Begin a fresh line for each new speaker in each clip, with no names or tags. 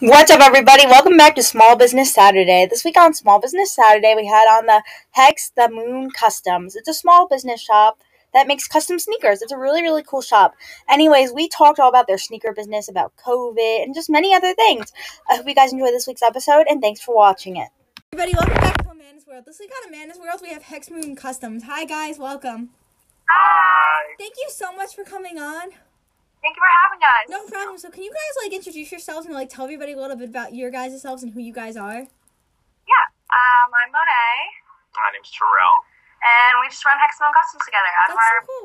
What's up, everybody? Welcome back to Small Business Saturday. This week on Small Business Saturday, we had on the Hex the Moon Customs. It's a small business shop that makes custom sneakers. It's a really, really cool shop. Anyways, we talked all about their sneaker business, about COVID, and just many other things. I hope you guys enjoy this week's episode, and thanks for watching it.
Everybody, welcome back to Amanda's World. This week on Amanda's World, we have Hex Moon Customs. Hi, guys, welcome.
Hi.
Thank you so much for coming on.
Thank you for having us.
No problem. So, can you guys like introduce yourselves and like tell everybody a little bit about your guys' selves and who you guys are?
Yeah. Um, I'm Monet,
My name's Terrell.
and we just run Hexamone Customs together. Out
That's
of our
so cool.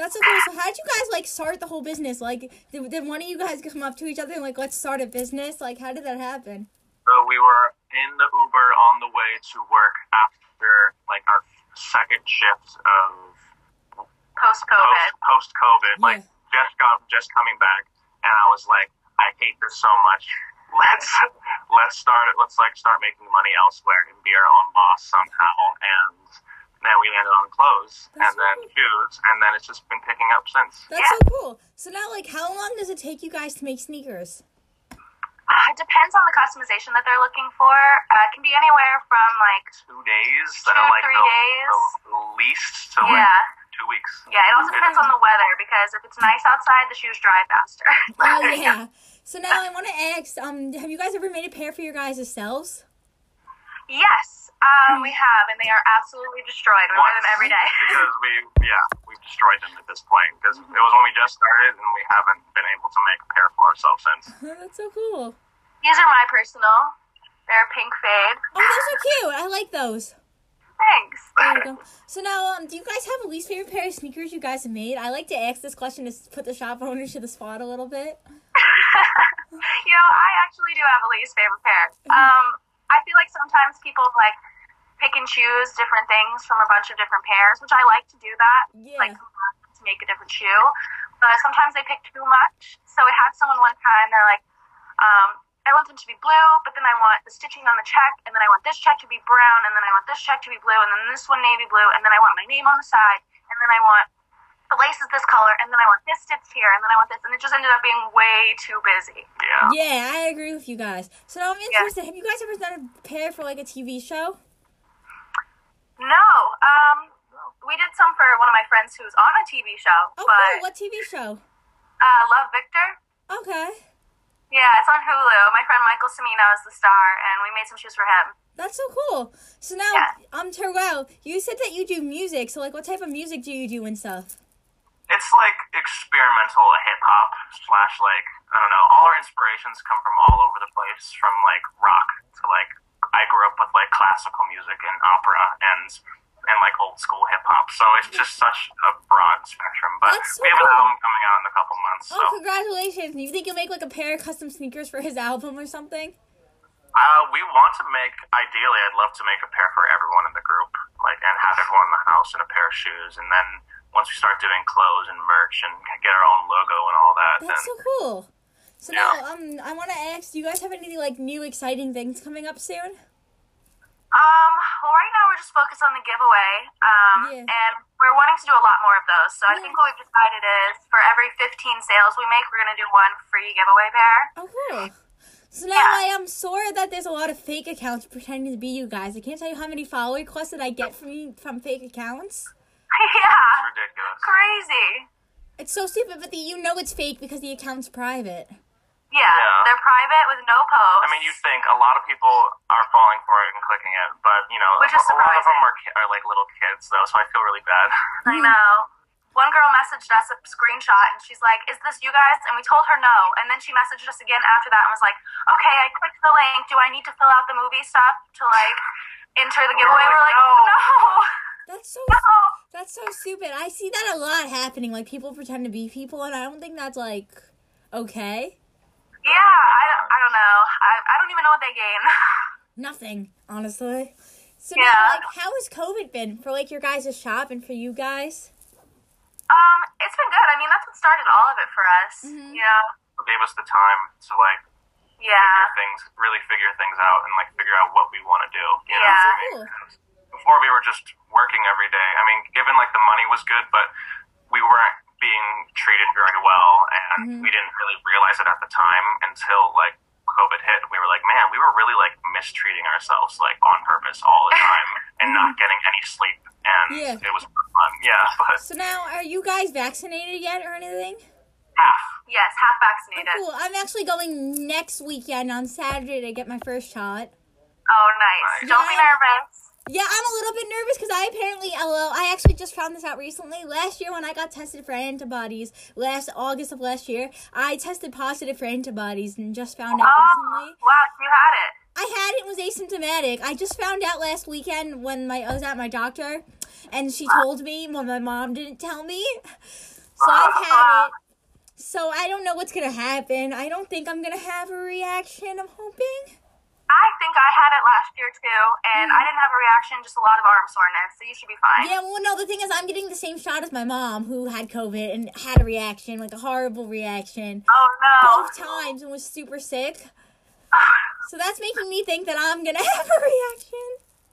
That's so cool. So, how did you guys like start the whole business? Like, did, did one of you guys come up to each other and like, let's start a business? Like, how did that happen?
So we were in the Uber on the way to work after like our second shift of
post COVID.
post post COVID. Like
Yeah.
just got just coming back, and I was like, I hate this so much. Let's let's start it. Let's like start making money elsewhere and be our own boss somehow. And then we landed on clothes,
That's
and then
right.
shoes, and then it's just been picking up since.
That's so cool. So now, like, how long does it take you guys to make sneakers?
Uh, it depends on the customization that they're looking for. Uh, it can be anywhere from like
Two days,
Two,
then like
three
the,
days.
the least to like
yeah.
two weeks.
Yeah, it also depends on the weather because if it's nice outside, the shoes dry faster.
Oh yeah. So now I want to ask, um, have you guys ever made a pair for your guys' selves?
yes, um, we have, and they are absolutely destroyed. We wear them
once
every day.
because we yeah we destroyed them at this point because it was when we just started and we haven't been able to make a pair for ourselves since.
Oh, that's so cool.
These are my personal. They're pink fade.
Oh, those are cute. I like those.
Thanks.
There you go. So now, um, do you guys have a least favorite pair of sneakers you guys have made? I like to ask this question to s- put the shop owner to the spot a little bit.
you know, I actually do have a least favorite pair. Um, I feel like sometimes people like pick and choose different things from a bunch of different pairs, which I like to do that,
Yeah.
like combine to make a different shoe. But sometimes they pick too much. So I had someone one time. They're like, um, I want them to be blue, but then I want the stitching on the check, and then I want this check to be brown, and then I want this check to be blue, and then this one navy blue, and then I want my name on the side, and then I want the laces this color, and then I want this stitch here, and then I want this, and it just ended up being way too busy.
Yeah.
Yeah, I agree with you guys. So now I'm interested. Have you guys ever done a pair for like a TV show?
No. Um, we did some for one of my friends who's on a TV show,
Oh,
but
cool. What TV show?
uh, Love Victor.
Okay,
Yeah, it's on Hulu. My friend Michael Cimino is the star, and we made some shoes for him.
that's so cool. So now,
Yeah.
um, Terrell, you said that you do music. So like, what type of music do you do and stuff?
It's like experimental hip hop slash like I don't know. All our inspirations come from all over the place, from like rock to like I grew up with like classical music and opera and and like old school hip hop. So it's just such a broad spectrum. But
That's so
we have an
cool.
album coming out in a couple months. So
Oh, congratulations! Do you think you'll make like a pair of custom sneakers for his album or something?
Uh, we want to make, ideally, I'd love to make a pair for everyone in the group, like, and have everyone in the house in a pair of shoes. And then once we start doing clothes and merch and get our own logo and all that, then
That's so cool. So now, um, I want to ask, do you guys have any like new exciting things coming up soon?
Um, well, right now we're just focused on the giveaway, um,
Yeah.
and we're wanting to do a lot more of those. So I
Yeah.
think what we've decided is for every 15 sales we make, we're going to do one free giveaway pair.
Oh, cool. So now I am sore that there's a lot of fake accounts pretending to be you guys. I can't tell you how many follow requests that I get from from fake accounts.
it's
yeah,
ridiculous.
crazy.
It's so stupid, but the, you know it's fake because the account's private.
Yeah,
Yeah.
they're private with no post.
I mean, you'd think a lot of people are falling for it and clicking it, but, you know,
Which is
a lot of them
surprising.
are, ki- are, like, little kids, though, so I feel really bad.
I know. One girl messaged us a screenshot and she's like, Is this you guys? And we told her no. And then she messaged us again after that and was like, Okay, I clicked the link. Do I need to fill out the movie stuff to like enter the giveaway? We're like, No.
That's so
No.
that's so stupid. I see that a lot happening. Like people pretend to be people, and I don't think that's like okay.
Yeah, I, don't- I don't know. I, I don't even know what they gain.
Nothing, honestly. So
Yeah.
now, like, how has COVID been for like your guys' shop and for you guys?
um, It's been good. I mean, that's what started all of it for us.
Mhm.
You know?
It gave us the time to, like, figure
Yeah.
things, really figure things out and, like, figure out what we want to do. You know?
Yeah.
So
I mean,
cool.
before we were just working every day. I mean, given like the money was good, but we weren't being treated very well, and
Mhm.
we didn't really realize it at the time until like COVID hit, we were really like mistreating ourselves like on purpose all the time and not getting any sleep. And
Mm-hmm. Yeah.
it was fun. Yeah, but
So now, are you guys vaccinated yet or anything?
half.
Yes, half vaccinated.
Cool. I'm actually going next weekend on Saturday to get my first shot.
Oh,
Nice.
nice. Don't be
Yeah.
nervous.
Yeah, I'm a little bit nervous because I apparently, although I actually just found this out recently. Last year, when I got tested for antibodies, last August of last year, I tested positive for antibodies and just found out
Oh,
recently.
wow, you had it.
I had it and was asymptomatic. I just found out last weekend when my I was at my doctor, and she told me when my mom didn't tell me. So I've had it. So I don't know what's gonna happen. I don't think I'm gonna have a reaction. I'm hoping.
I think I had it last year too, and I didn't have a reaction, just a lot of arm soreness. So you should be fine.
Yeah, well, no, the thing is, I'm getting the same shot as my mom, who had COVID and had a reaction, like a horrible reaction,
Oh no.
both times and was super sick. So that's making me think that I'm gonna have a reaction.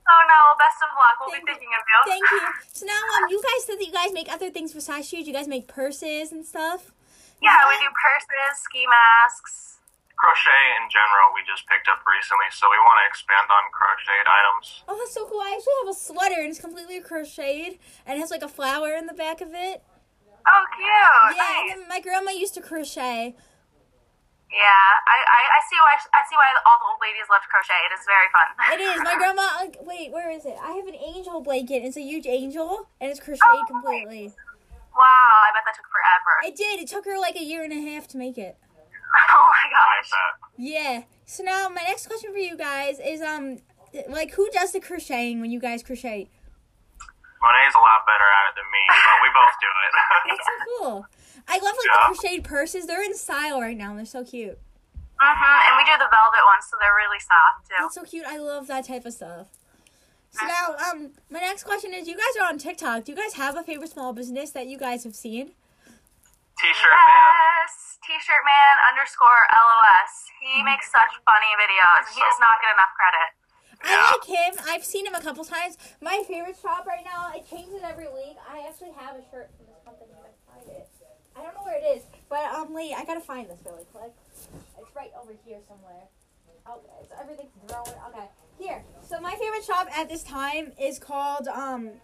Oh no. Best of luck. We'll
Thank
be
you.
thinking of you.
Thank you. So now, um, you guys said that you guys make other things besides shoes. You guys make purses and stuff.
Yeah, we do purses, ski masks.
Crochet in general, we just picked up recently, so we want to expand on crocheted items.
Oh, that's so cool. I actually have a sweater and it's completely crocheted and it has like a flower in the back of it.
Oh, cute.
Yeah,
nice.
and then my grandma used to crochet.
Yeah, I, I, I see why I see why all the old ladies love to crochet. It is very fun.
It is. My grandma. Like, wait, where is it? I have an angel blanket. It's a huge angel, and it's crocheted
Oh, nice.
completely.
Wow, I bet that took forever.
It did. It took her like a year and a half to make it.
Oh my
I
gosh.
bet.
Yeah. So now my next question for you guys is um, like who does the crocheting when you guys crochet?
Monet's a lot better at it than me, but we both do it.
It's so cool. I love like
Yeah.
the crocheted purses. They're in style right now. and They're so cute.
hmm And we do the velvet ones, so they're really soft too.
That's so cute. I love that type of stuff. So now, um, my next question is: You guys are on TikTok. Do you guys have a favorite small business that you guys have seen?
T-shirt man.
Yes, T-shirt man underscore LOS. He makes such funny videos. and He does not get enough credit.
I like him. I've seen him a couple times. My favorite shop right now. It changes every week. I actually have a shirt from this company. if I can find it. I don't know where it is, but um, wait, I gotta find this really quick. It's right over here somewhere. Oh, it's, everything's thrown. Okay, here. So my favorite shop at this time is called um.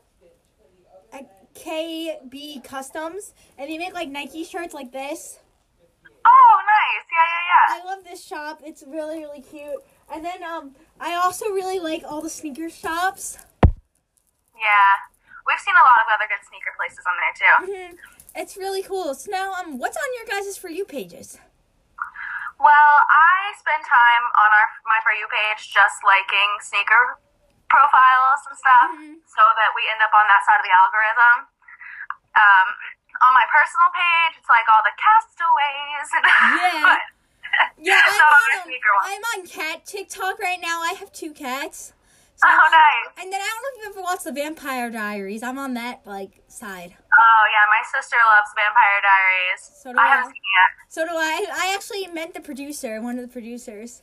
a- KB Customs, and they make like Nike shirts like this.
Oh, nice. Yeah, yeah, yeah.
I love this shop. It's really really cute. And then um, I also really like all the sneaker shops.
Yeah. We've seen a lot of other good sneaker places on there too.
Mhm. It's really cool. So now, um, what's on your guys' for you pages?
Well, I spend time on our my for you page just liking sneaker profiles and stuff, so that we end up on that side of the algorithm. Um, on my personal page, it's like all the castaways and
Yeah.
but,
Yeah, I'm
Not on my
on, um,
sneaker one.
I'm on cat TikTok right now. I have two cats. So
Oh,
I'm-
nice.
And then I don't know if you've ever watched the Vampire Diaries. I'm on that like side.
Oh yeah, my sister loves Vampire Diaries.
So do
I
I.
haven't seen it yet.
So do I. I actually met the producer, one of the producers.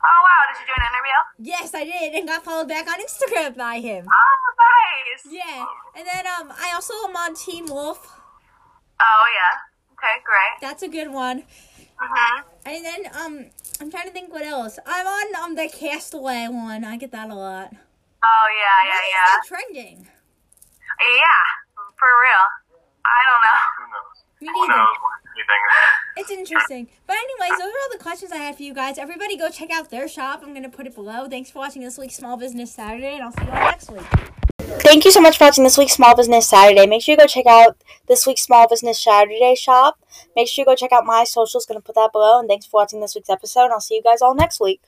Oh wow, did you do an interview?
Yes, I did, and got followed back on Instagram by him.
Oh nice.
Yeah, and then um, I also am on Teen Wolf.
Oh yeah. Okay, great.
That's a good one.
Mhm.
And then um, I'm trying to think what else. I'm on um the Castaway one. I get that a lot.
Oh yeah, yeah,
Why
yeah.
Is that trending?
Yeah, for real. I don't know.
Who knows?
Me
Who
neither.
knows what anything is.
It's interesting. But anyways, those are all the questions I had for you guys. Everybody go check out their shop. I'm gonna put it below. Thanks for watching this week's Small Business Saturday, and I'll see you all next week.
Thank you so much for watching this week's Small Business Saturday. Make sure you go check out this week's Small Business Saturday shop. Make sure you go check out my socials, gonna put that below. And thanks for watching this week's episode. I'll see you guys all next week.